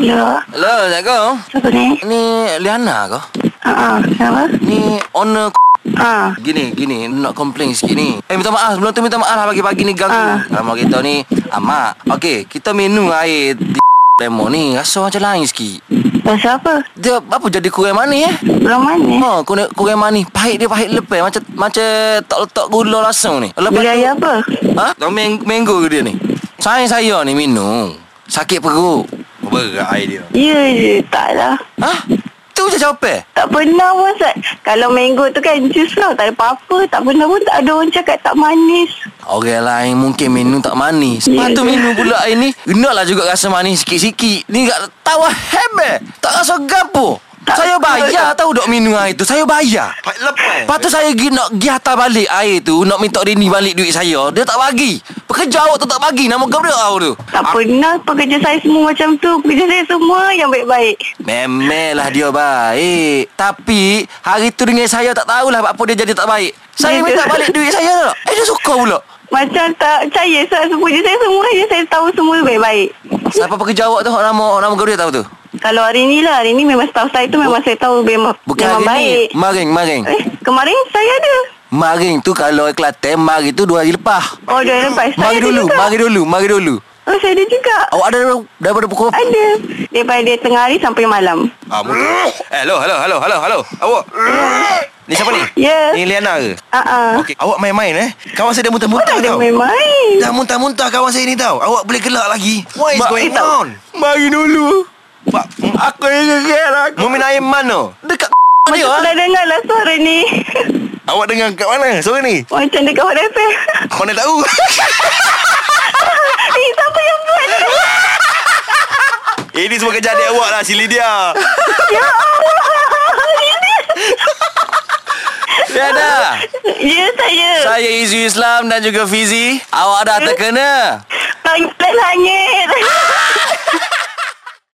Ya. Hello, Assalamualaikum. Siapa ni? Ni Liana ke? Ah, ah, kenapa? Ni owner k- Ah. Gini, gini Nak komplain sikit ni Eh, minta maaf Sebelum tu minta maaf lah Pagi-pagi ni ganggu Ah. Lama kita ni Amak Okey, kita minum air di Lemon ni Rasa macam lain sikit Pasal apa? Dia apa jadi kurang manis eh Belum manis. Ha, kurang, kurang manis Pahit dia pahit lepas Macam macam tak letak gula langsung ni Lepas Beli air apa? Ha? Tahu mang- mango ke dia ni? Saya saya ni minum. Sakit perut. Berat air dia. Ya je, tak lah. Ha? Tu je eh? jawapan. Tak pernah pun Sat. Kalau mango tu kan jus lah. Tak ada apa-apa. Tak pernah pun tak ada orang cakap tak manis. Orang lain mungkin minum tak manis. Ya. Lepas tu minum pula air ni. Enaklah juga rasa manis sikit-sikit. Ni tak tahu hebel. Tak rasa gapo. Tak- Saya bayar tahu dok minum air tu. Saya bayar. Pak lepas. Lepas tu saya pergi nak pergi hantar balik air tu Nak minta Rini balik duit saya Dia tak bagi Pekerja awak tu tak bagi Nama gerak awak tu Tak pernah pekerja saya semua macam tu. Pekerja saya semua yang baik-baik. Memelah dia baik Tapi Hari tu dengan saya tak tahulah Apa dia jadi tak baik Ya, Saya minta ke? balik duit saya tak Eh dia suka pula Macam tak percaya Sat. Pekerja saya semua je saya tahu semua baik-baik. Siapa pekerja awak tu Hak Nama hak nama kau dia tahu tu Kalau hari ni lah. Hari ni memang staff saya tu memang saya tahu memang, Bukan memang hari baik. ni Maring Maring Eh, kemarin saya ada. Maring tu kalau Kelantan Maring tu dua hari lepas Oh, dah lepas. Saya Mari ada dulu juga. Mari dulu Mari dulu Oh, saya ada juga. Awak ada daripada pukul berapa? Ada. Daripada tengah hari sampai malam. Ah, mungkin. Eh, hello, hello, hello, hello, hello. Awak. Ni siapa ni? Ya. Ni Liana ke? Ah, ah. Okey, awak main-main eh. Kawan saya dah muntah-muntah Dia tau. main-main. Dah muntah-muntah kawan saya ni tau. Awak boleh gelak lagi. What is Ma- going eh, tak. on? Mari dulu Hmm, Pak, mm, Aku ingat aku mau minum air mana? Dekat Macam ah? dia eh? pernah dengar lah suara ni. Awak dengar kat mana sore ni? Macam dekat Hot FM. Kau nak tahu? eh, siapa yang buat ni? Ini semua kerja adik awak lah, si Lydia. Ya Allah. Ini. Dia ada Ya, saya. Saya Izu Islam dan juga Fizi Awak dah terkena lah Langit langit.